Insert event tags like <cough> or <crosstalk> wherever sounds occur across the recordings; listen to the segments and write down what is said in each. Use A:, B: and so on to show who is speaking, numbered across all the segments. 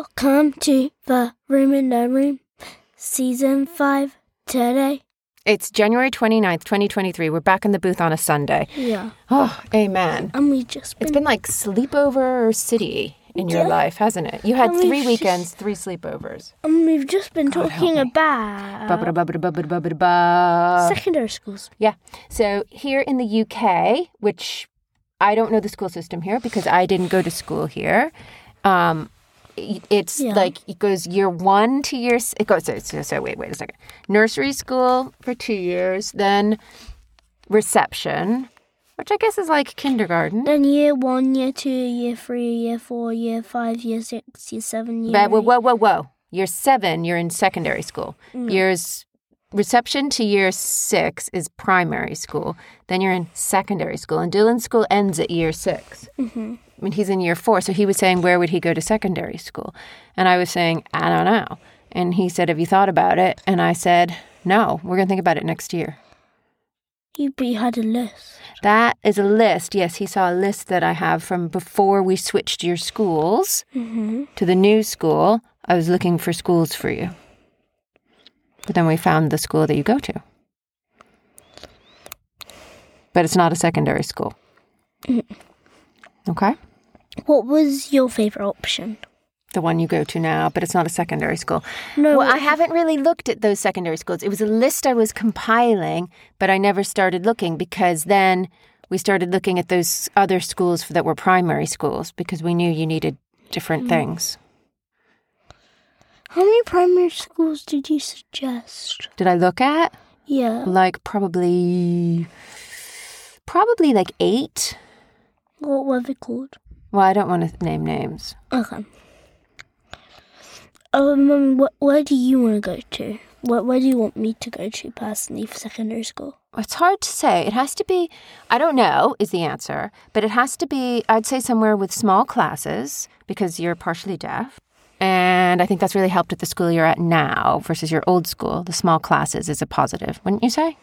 A: Welcome to the Room in the Room, Season 5 today.
B: It's January 29th, 2023. We're back in the booth on a Sunday.
A: Yeah.
B: Oh, amen.
A: And we just
B: It's been like sleepover city in your
A: Yeah.
B: life, hasn't it? You had
A: And we've
B: three
A: just-
B: weekends, three sleepovers.
A: and we've just been
B: God help
A: talking
B: me.
A: about
B: Ba-ba-da-ba-da-ba-da-ba-da-ba.
A: secondary schools.
B: Yeah. So here in the UK, which I don't know the school system here because I didn't go to school here. Um, i- it's
A: Yeah.
B: like it goes year one to year. s- It goes so, so so. Wait, wait a second. Nursery school for two years, then reception, which I guess is like kindergarten.
A: Then year 1, year 2, year 3, year 4, year 5, year 6, year 7, year
B: But whoa,
A: 8.
B: whoa, whoa, whoa. Year seven, you're in secondary school. Years reception to year six is primary school. Then you're in secondary school. And Dylan's school ends at year 6 Mm-hmm. I mean, he's in year four. So he was saying, where would he go to secondary school? And I was saying, I don't know. And he said, Have you thought about it? And I said, No, we're going to think about it next year.
A: You, but you had a list.
B: That is a list. Yes, he saw a list that I have from before we switched your schools
A: Mm-hmm.
B: to the new school. I was looking for schools for you. But then we found the school that you go to. But it's not a secondary school. Okay?
A: What was your favourite option?
B: The one you go to now, but it's not a secondary school.
A: No,
B: Well, I
A: it-
B: haven't really looked at those secondary schools. It was a list I was compiling, but I never started looking because then we started looking at those other schools that were primary schools because we knew you needed different
A: Mm.
B: things.
A: How many primary schools did you suggest?
B: Did I look at
A: Yeah.
B: like probably probably like 8?
A: What were they called?
B: Well, I don't want to name names.
A: Okay. Um, wh- where do you want to go to? Where, where do you want me to go to personally for secondary school?
B: It's hard to say. It has to be, I don't know, is the answer, but it has to be, I'd say, somewhere with small classes because you're partially deaf. And I think that's really helped at the school you're at now versus your old school. The small classes is a positive, wouldn't you say?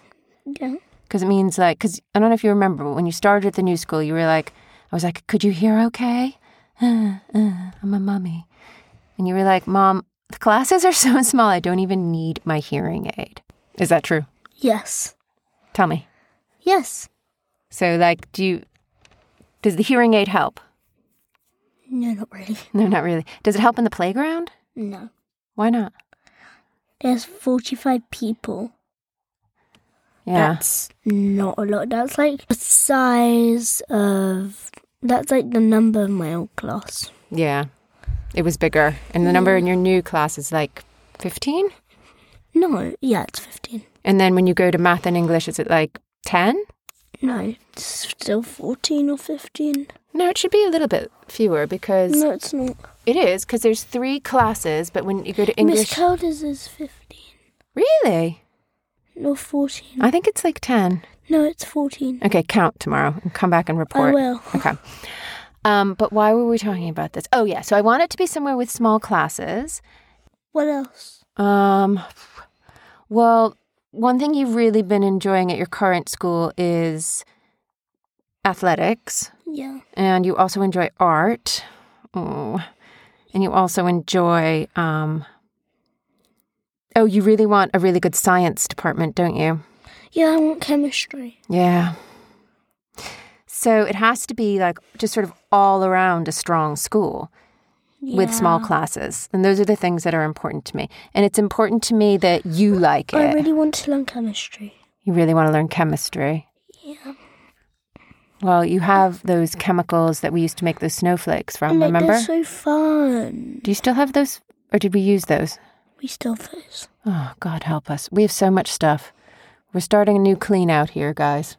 A: Yeah.
B: Because it means like, because I don't know if you remember, but when you started at the new school, you were like, I was like, could you hear okay? <sighs> Uh, uh, I'm a mummy. And you were like, Mom, the classes are <laughs> so small, I don't even need my hearing aid. Is that true?
A: Yes.
B: Tell me.
A: Yes.
B: So, like, do you, does the hearing aid help? <laughs>
A: No, not really.
B: No, not really. Does it help in the playground?
A: No.
B: Why not?
A: There's 45 people.
B: Yeah.
A: That's not a lot. That's like the size of. That's like the number of my old class.
B: Yeah. It was bigger. And the number in your new class is like 15?
A: No, yeah, it's 15.
B: And then when you go to math and English, is it like 10?
A: No, it's still 14 or 15.
B: No, it should be a little bit fewer because
A: No, it's not.
B: it is because there's three classes, but when you go to
A: Miss
B: English.
A: Caldas is 15
B: really?
A: or 14.
B: I think it's like 10.
A: No, it's 14.
B: Okay, count tomorrow and come back and report.
A: I will.
B: Okay. Um, but why were we talking about this? Oh, yeah. So I want it to be somewhere with small classes.
A: What else?
B: Um, well, one thing you've really been enjoying at your current school is athletics,
A: Yeah.
B: and you also enjoy art. Oh, and you also enjoy. Um, oh, you really want a really good science department, don't you?
A: Yeah, I want chemistry.
B: Yeah. So it has to be like just sort of all around a strong school with small
A: Yeah.
B: classes. And those are the things that are important to me. And it's important to me that you like it.
A: I really want to learn chemistry.
B: You really want to learn chemistry.
A: Yeah.
B: Well, you have those chemicals that we used to make those snowflakes from,
A: like,
B: remember?
A: They're so fun.
B: Do you still have those or did we use those?
A: We still face.
B: Oh, God help us. We have so much stuff. We're starting a new clean out here, guys.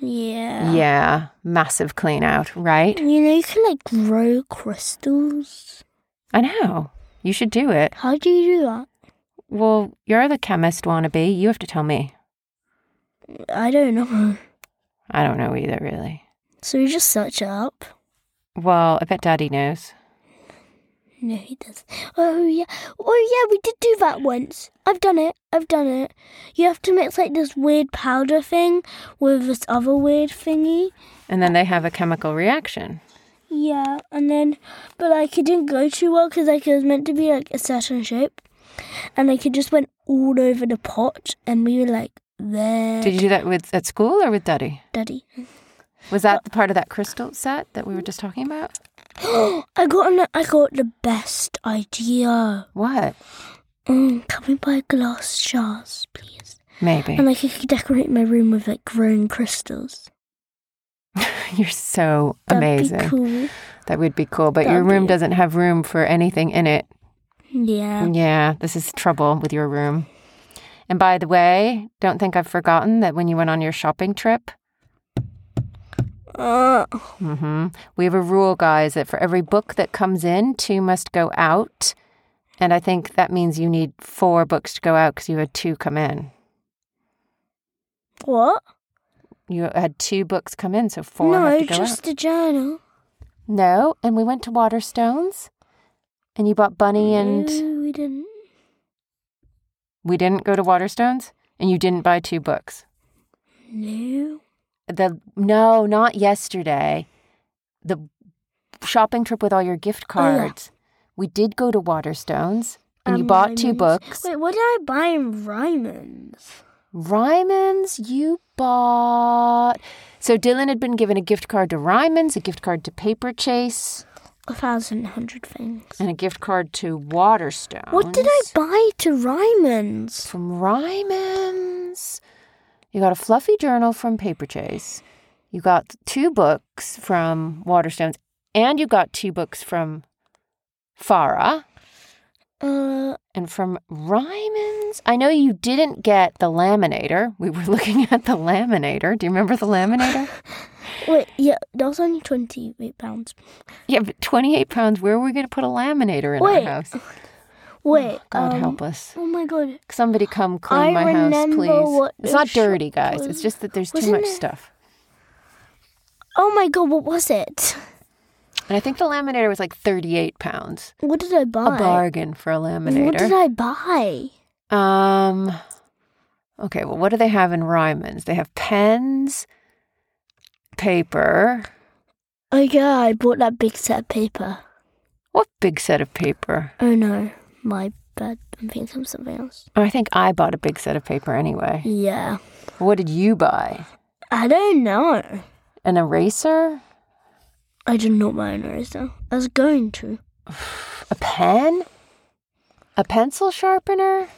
A: Yeah.
B: Yeah, massive clean out, right?
A: You know, you can like grow crystals.
B: I know. You should do it.
A: How do you do that?
B: Well, you're the chemist wannabe. You have to tell me.
A: I don't know. <laughs>
B: I don't know either, really.
A: So you just search it up.
B: Well, I bet Daddy knows.
A: No, he doesn't. Oh yeah. Oh yeah, we did do that once. I've done it. I've done it. You have to mix like this weird powder thing with this other weird thingy.
B: And then they have a chemical reaction.
A: Yeah, and then, but like it didn't go too well because like it was meant to be like a certain shape, and like it just went all over the pot, and we were like, there,
B: Did you do that with at school or with Daddy?
A: daddy.
B: Was that the part of that crystal set that we were just talking about?
A: I got an, I got the best idea.
B: What?
A: Mm, can we buy glass jars, please?
B: Maybe. <laughs>
A: And like I could decorate my room with like growing crystals.
B: You're so
A: That'd
B: amazing.
A: be cool.
B: That would be cool. But your
A: That'd
B: room
A: be-
B: doesn't have room for anything in it.
A: Yeah.
B: Yeah, this is trouble with your room. And by the way, don't think I've forgotten that when you went on your shopping trip,
A: Uh,
B: hmm we have a rule, guys, that for every book that comes in, two must go out. And I think that means you need four books to go out because you had two come in.
A: what?
B: You had two books come in, so four have
A: no,
B: to go out.
A: just a journal.
B: No, and we went to Waterstones, and you bought Bunny, and
A: no, we didn't.
B: we didn't go to Waterstones, and you didn't buy two books.
A: No.
B: The no, not yesterday. The shopping trip with all your gift
A: Oh, yeah.
B: cards. We did go to Waterstones, and you
A: Um,
B: bought two
A: Ryman's.
B: books.
A: Wait, what did I buy in Ryman's?
B: Ryman's, you bought. So Dylan had been given a gift card to Ryman's, a gift card to Paper Chase,
A: A thousand hundred things.
B: and a gift card to Waterstones.
A: What did I buy to Ryman's?
B: from Ryman's. You got a fluffy journal from Paper Chase. You got two books from Waterstones, and you got two books from Farah
A: Uh,
B: and from Ryman's. I know you didn't get the laminator. We were <laughs> looking at the laminator. Do you remember
A: <laughs>
B: the laminator?
A: wait, yeah, that was only twenty-eight pounds.
B: yeah, but 28 pounds. Where were we going to put a laminator in
A: Wait,
B: our house?
A: Wait,
B: Oh, God
A: um,
B: help us.
A: Oh my god,
B: Somebody come clean
A: I
B: my house,
A: remember
B: please.
A: what
B: It's
A: it
B: not
A: sh-
B: dirty, guys.
A: was.
B: It's just that there's too
A: Wasn't
B: much
A: it-
B: stuff.
A: oh my god, what was it? <laughs>
B: And I think the laminator was like 38 pounds.
A: What did I
B: A
A: buy?
B: bargain for a
A: What did
B: laminator.
A: I buy?
B: um, okay, well, what do they have in Ryman's? They have pens, paper.
A: Oh yeah, I bought that big set of paper.
B: What big set of paper?
A: Oh no, my bad. I'm thinking of something else.
B: Oh, I think I bought a big set of paper anyway.
A: Yeah,
B: What did you buy?
A: I don't know.
B: An eraser?
A: I did not buy an eraser. I was going to.
B: A pen? A pencil sharpener?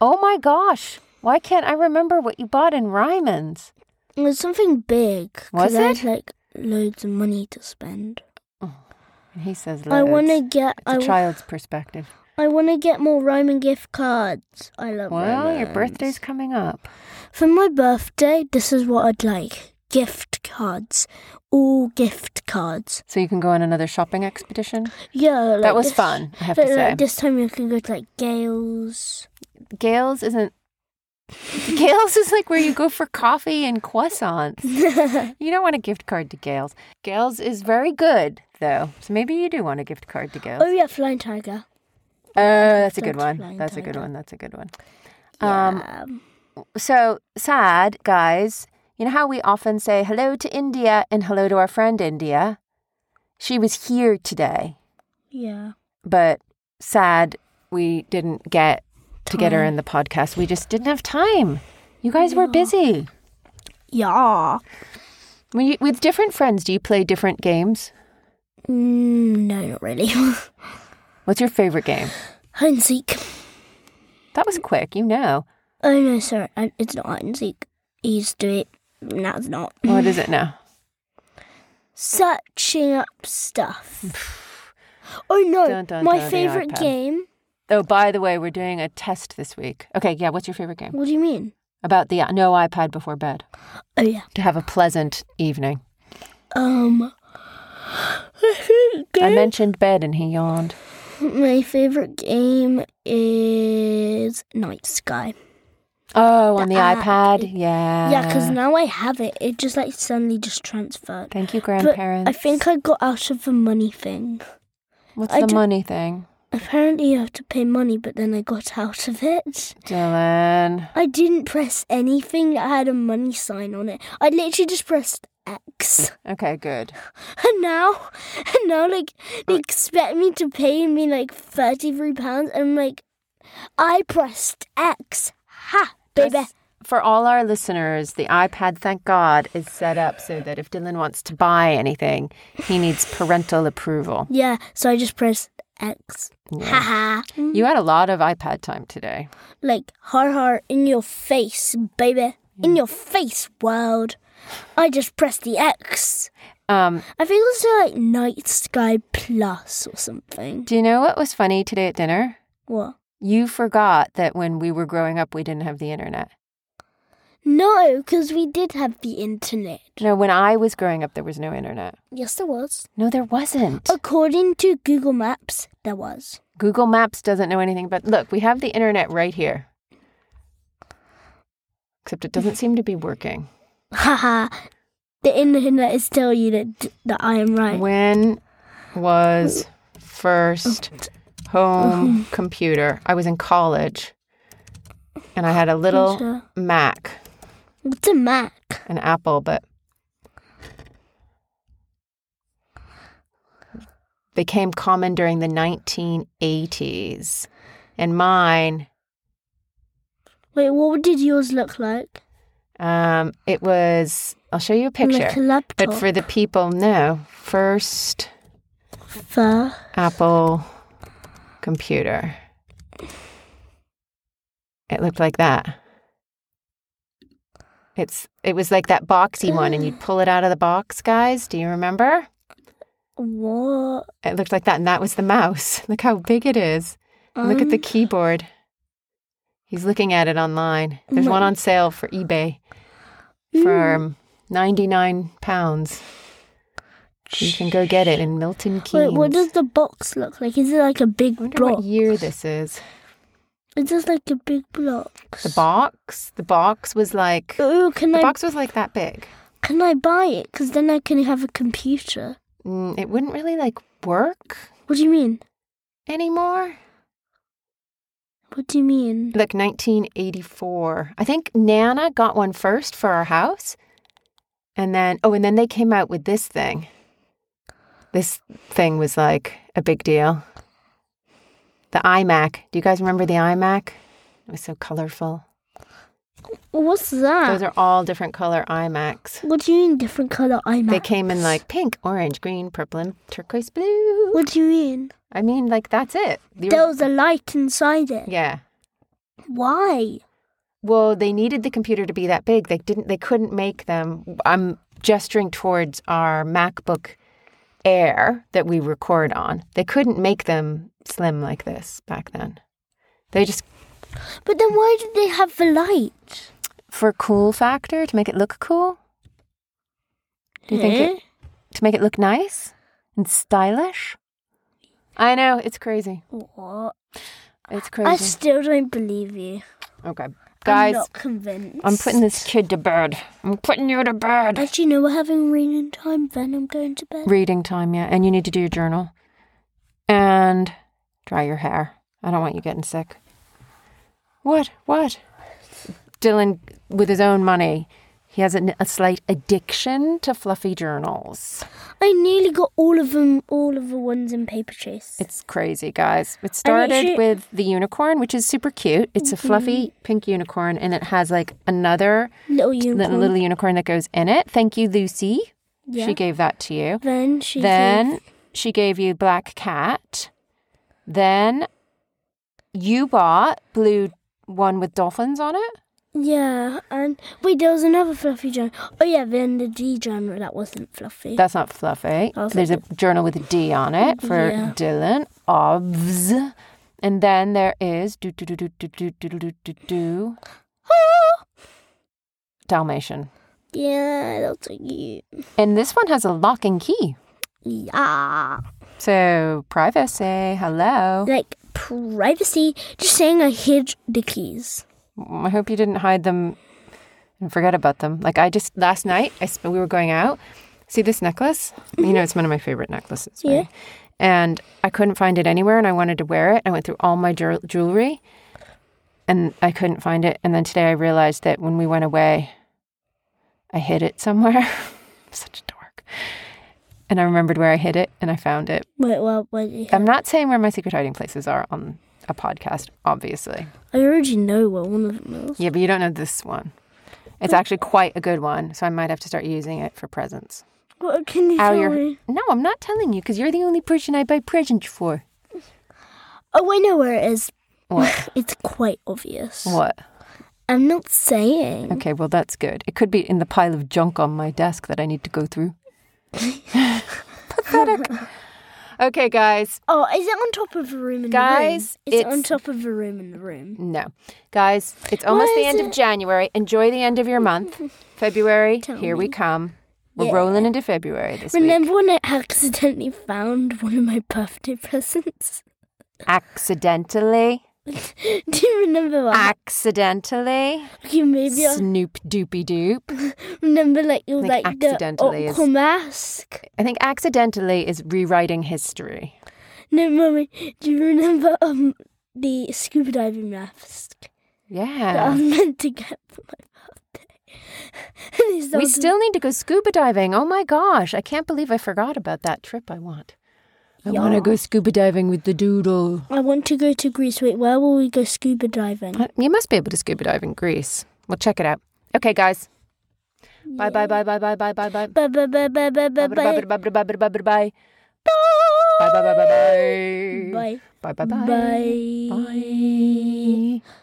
B: Oh my gosh. Why can't I remember what you bought in Ryman's?
A: It was something big. 'cause
B: Was
A: I had
B: it?
A: like loads of money to spend.
B: And he says,
A: I
B: "Loads."
A: want to get.
B: It's
A: I,
B: a child's perspective.
A: want to get more Ryman gift cards. I love.
B: Well, your
A: Ryman's.
B: birthday's coming up.
A: For my birthday, this is what I'd like: gift cards, all gift cards.
B: So you can go on another shopping expedition?
A: Yeah, like
B: that was
A: this-
B: fun, I have
A: Like,
B: to say.
A: like this time you can go to like Gales.
B: Gales <laughs> isn't. Gales is like where you go for coffee and <laughs> croissants. You don't want a gift card to Gales. Gales is very good, though. So maybe you do want a gift card to Gales.
A: Oh yeah, Flying Tiger.
B: Oh, that's a good
A: That's
B: one.
A: flying
B: That's a good
A: tiger.
B: one. That's a good one. Um,
A: Yeah.
B: so sad, guys. You know how we often say hello to India and hello to our friend India? She was here today.
A: yeah.
B: but sad we didn't get to get her in the podcast. We just didn't have time. You guys were busy.
A: Yeah.
B: When you, with different friends, do you play different games?
A: Mm, no, not really. <laughs>
B: What's your favorite game?
A: hide and seek.
B: That was quick, you know.
A: Oh no, sorry, I- it's not hide and seek. I used to do it. Now it's not.
B: Oh, What is it
A: <laughs>
B: now?
A: Searching up stuff.
B: <sighs>
A: oh no,
B: Dun, dun,
A: my
B: dun, the
A: favorite
B: iPad.
A: game.
B: Oh, by the way, we're doing a test this week. Okay, yeah, what's your favorite game?
A: What do you mean?
B: About the no iPad before bed
A: Oh yeah.
B: to have a pleasant evening.
A: Um.
B: I mentioned bed <laughs> and he yawned.
A: <laughs> my favorite game is Night Sky.
B: Oh, on the,
A: The app.
B: iPad? Yeah.
A: Yeah, 'cause now I have it. It just like suddenly just transferred.
B: Thank you,
A: But
B: grandparents.
A: I think I got out of the money thing.
B: What's
A: I
B: the
A: do-
B: money thing?
A: I Apparently, you have to pay money, but then I got out of it.
B: Dylan.
A: I didn't press anything that had a money sign on it. I literally just pressed X. <laughs>
B: Okay, good.
A: And now, and now, like, they expect me to pay me like £33. And I'm like, I pressed X. Ha, baby.
B: That's- For all our listeners, the iPad, thank God, is set up so that if Dylan wants to buy anything, he needs parental approval.
A: Yeah, so I just pressed X. Ha
B: Yeah.
A: ha.
B: You had a lot of iPad time today.
A: Like, har har, in your face, baby.
B: Mm.
A: In your face, world. I just pressed the X.
B: Um,
A: I think it was like Night Sky Plus or something.
B: do you know what was funny today at dinner?
A: What?
B: You forgot that when we were growing up, we didn't have the internet.
A: No, because we did have the internet.
B: No, when I was growing up, there was no internet.
A: Yes, there was.
B: No, there wasn't.
A: Oh. According to Google Maps, there was. <laughs>
B: Google Maps doesn't know anything, but look, we have the internet right here. Except it doesn't seem to be working.
A: Haha. the internet is telling you that, that I am right.
B: When was
A: Oh,
B: first
A: <laughs>
B: home computer? I was in college and I had a little
A: Sure.
B: Mac,
A: What's a Mac?
B: an Apple, but became common during the 1980s. And mine
A: Wait, what did yours look like?
B: Um, it was. I'll show you a
A: Like a
B: picture.
A: laptop.
B: But for the people, no. First
A: Fur.
B: Apple computer. It looked like that. It's. It was like that boxy one, and you'd pull it out of the box, guys. Do you remember?
A: What?
B: It looked like that, and that was the mouse. <laughs> Look how big it is. Look at the
A: Um,
B: keyboard. He's looking at it online. There's one on sale for eBay
A: Mm.
B: for um, 99 pounds. You can go get it in Milton Keynes.
A: Wait, what does the box look like? Is it like a big
B: I wonder
A: block?
B: what year this is.
A: It's just like a big block.
B: The box? The box was like the
A: Ooh, can I
B: box was like that big.
A: can I buy it? Because then I can have a computer.
B: Mm, it wouldn't really like work
A: What do you mean?
B: anymore.
A: What do you mean?
B: Look, 1984. I think Nana got one first for our house. And then oh, and then they came out with this thing. This thing was like a big deal. The iMac. Do you guys remember the iMac? It was so colorful.
A: What's that?
B: Those are all different color iMacs.
A: what do you mean different color iMac?
B: They came in like pink, orange, green, purple, and turquoise blue.
A: What do you mean?
B: I mean, like that's it. You-
A: There was a light inside it.
B: yeah.
A: Why?
B: Well, they needed the computer to be that big. They didn't. They couldn't make them. I'm gesturing towards our MacBook Air that we record on. They couldn't make them slim like this back then. They just
A: But then why did they have the light?
B: for cool factor to make it look cool, Do you think it-
A: Eh?
B: to make it look nice and stylish. I know it's crazy.
A: What?
B: It's
A: I
B: crazy.
A: still don't believe you.
B: Okay,
A: I'm
B: guys.
A: not convinced.
B: I'm putting this kid to bed. I'm putting you to bed.
A: Actually, no, we're having reading time. Then I'm going to bed.
B: Reading time, yeah. And you need to do your journal and dry your hair. I don't want you getting sick. What? What? Dylan, with his own money, he has an, a slight addiction to fluffy journals.
A: I nearly got all of them, all of the ones in paper chase.
B: It's crazy, guys. It started
A: should-
B: with the unicorn, which is super cute. It's a
A: Mm-hmm.
B: fluffy pink unicorn, and it has like another
A: little unicorn.
B: little, little unicorn that goes in it. Thank you, Lucy.
A: yeah.
B: She gave that to you.
A: then she.
B: Then
A: gave-
B: she gave you Black Cat. Then you bought blue one with dolphins on it.
A: yeah, and wait, there was another fluffy genre. Oh yeah, then the D genre that wasn't fluffy.
B: That's not fluffy.
A: Dolphin.
B: There's a journal with a D on it for
A: Yeah.
B: Dylan. Obvs. And then there is do do do do do do do do do do Dalmatian.
A: <laughs> yeah, that's what you.
B: And this one has a lock and key.
A: Yeah,
B: So privacy. Hello.
A: like privacy. Just saying, I hid the keys.
B: I hope you didn't hide them and forget about them. Like I just last night, I sp- we were going out. See this necklace? You know, it's one of my favorite necklaces. Right? and I couldn't find it anywhere and I wanted to wear it. I went through all my jewel- jewelry and I couldn't find it. And then today I realized that when we went away, I hid it somewhere. <laughs> I'm such a dork. And I remembered where I hid it and I found it.
A: Wait, well, wait. you
B: I'm not saying where my secret hiding places are on a podcast, obviously.
A: I already know what one of them is.
B: Yeah, but you don't know this one. It's actually quite a good one, so I might have to start using it for presents.
A: What can you
B: Ow,
A: tell
B: you're-
A: me?
B: No, I'm not telling you because you're the only person I buy presents for.
A: Oh, I know where it is.
B: What?
A: <laughs> It's quite obvious.
B: What?
A: I'm not saying.
B: Mm. Okay, well, that's good. It could be in the pile of junk on my desk that I need to go
A: <laughs>
B: through. Pathetic. Okay, guys.
A: Oh, is it on top of a room in
B: Guys,
A: the room? It's,
B: it's-
A: on top of a room in the room.
B: No. Guys, it's almost the
A: is
B: end of January. Enjoy the end of your month.
A: <laughs>
B: February, here we come. We're
A: Yeah.
B: rolling into February this week.
A: Remember when I accidentally found one of my birthday presents? <laughs>
B: Accidentally.
A: Do you remember
B: Ah,
A: that?
B: Accidentally.
A: okay, maybe I
B: Snoop doopy doop.
A: remember like it was
B: Like
A: like,
B: accidentally
A: the
B: is-
A: aqua mask.
B: I think accidentally is rewriting history.
A: No, mommy, do you remember um the scuba diving mask that I
B: Yeah. <laughs>
A: was meant to get for my birthday? <laughs> And it's
B: We
A: not-
B: still need to go scuba diving. Oh my gosh. I can't believe I forgot about that trip I want. I want to
A: Yeah.
B: go scuba diving with the doodle.
A: I want to go to Greece. Wait, where will we go scuba diving?
B: Uh, You must be able to scuba dive in Greece. We'll check it out. Okay, guys. Bye, bye, bye, bye, bye, bye, bye, bye.
A: Ba ba ba ba ba ba
B: Bye,
A: ba.
B: bye, bye, bye, bye, bye, bye. Bye, bye, bye, bye, bye.
A: Bye.
B: Bye, bye, bye.
A: Bye.
B: Bye.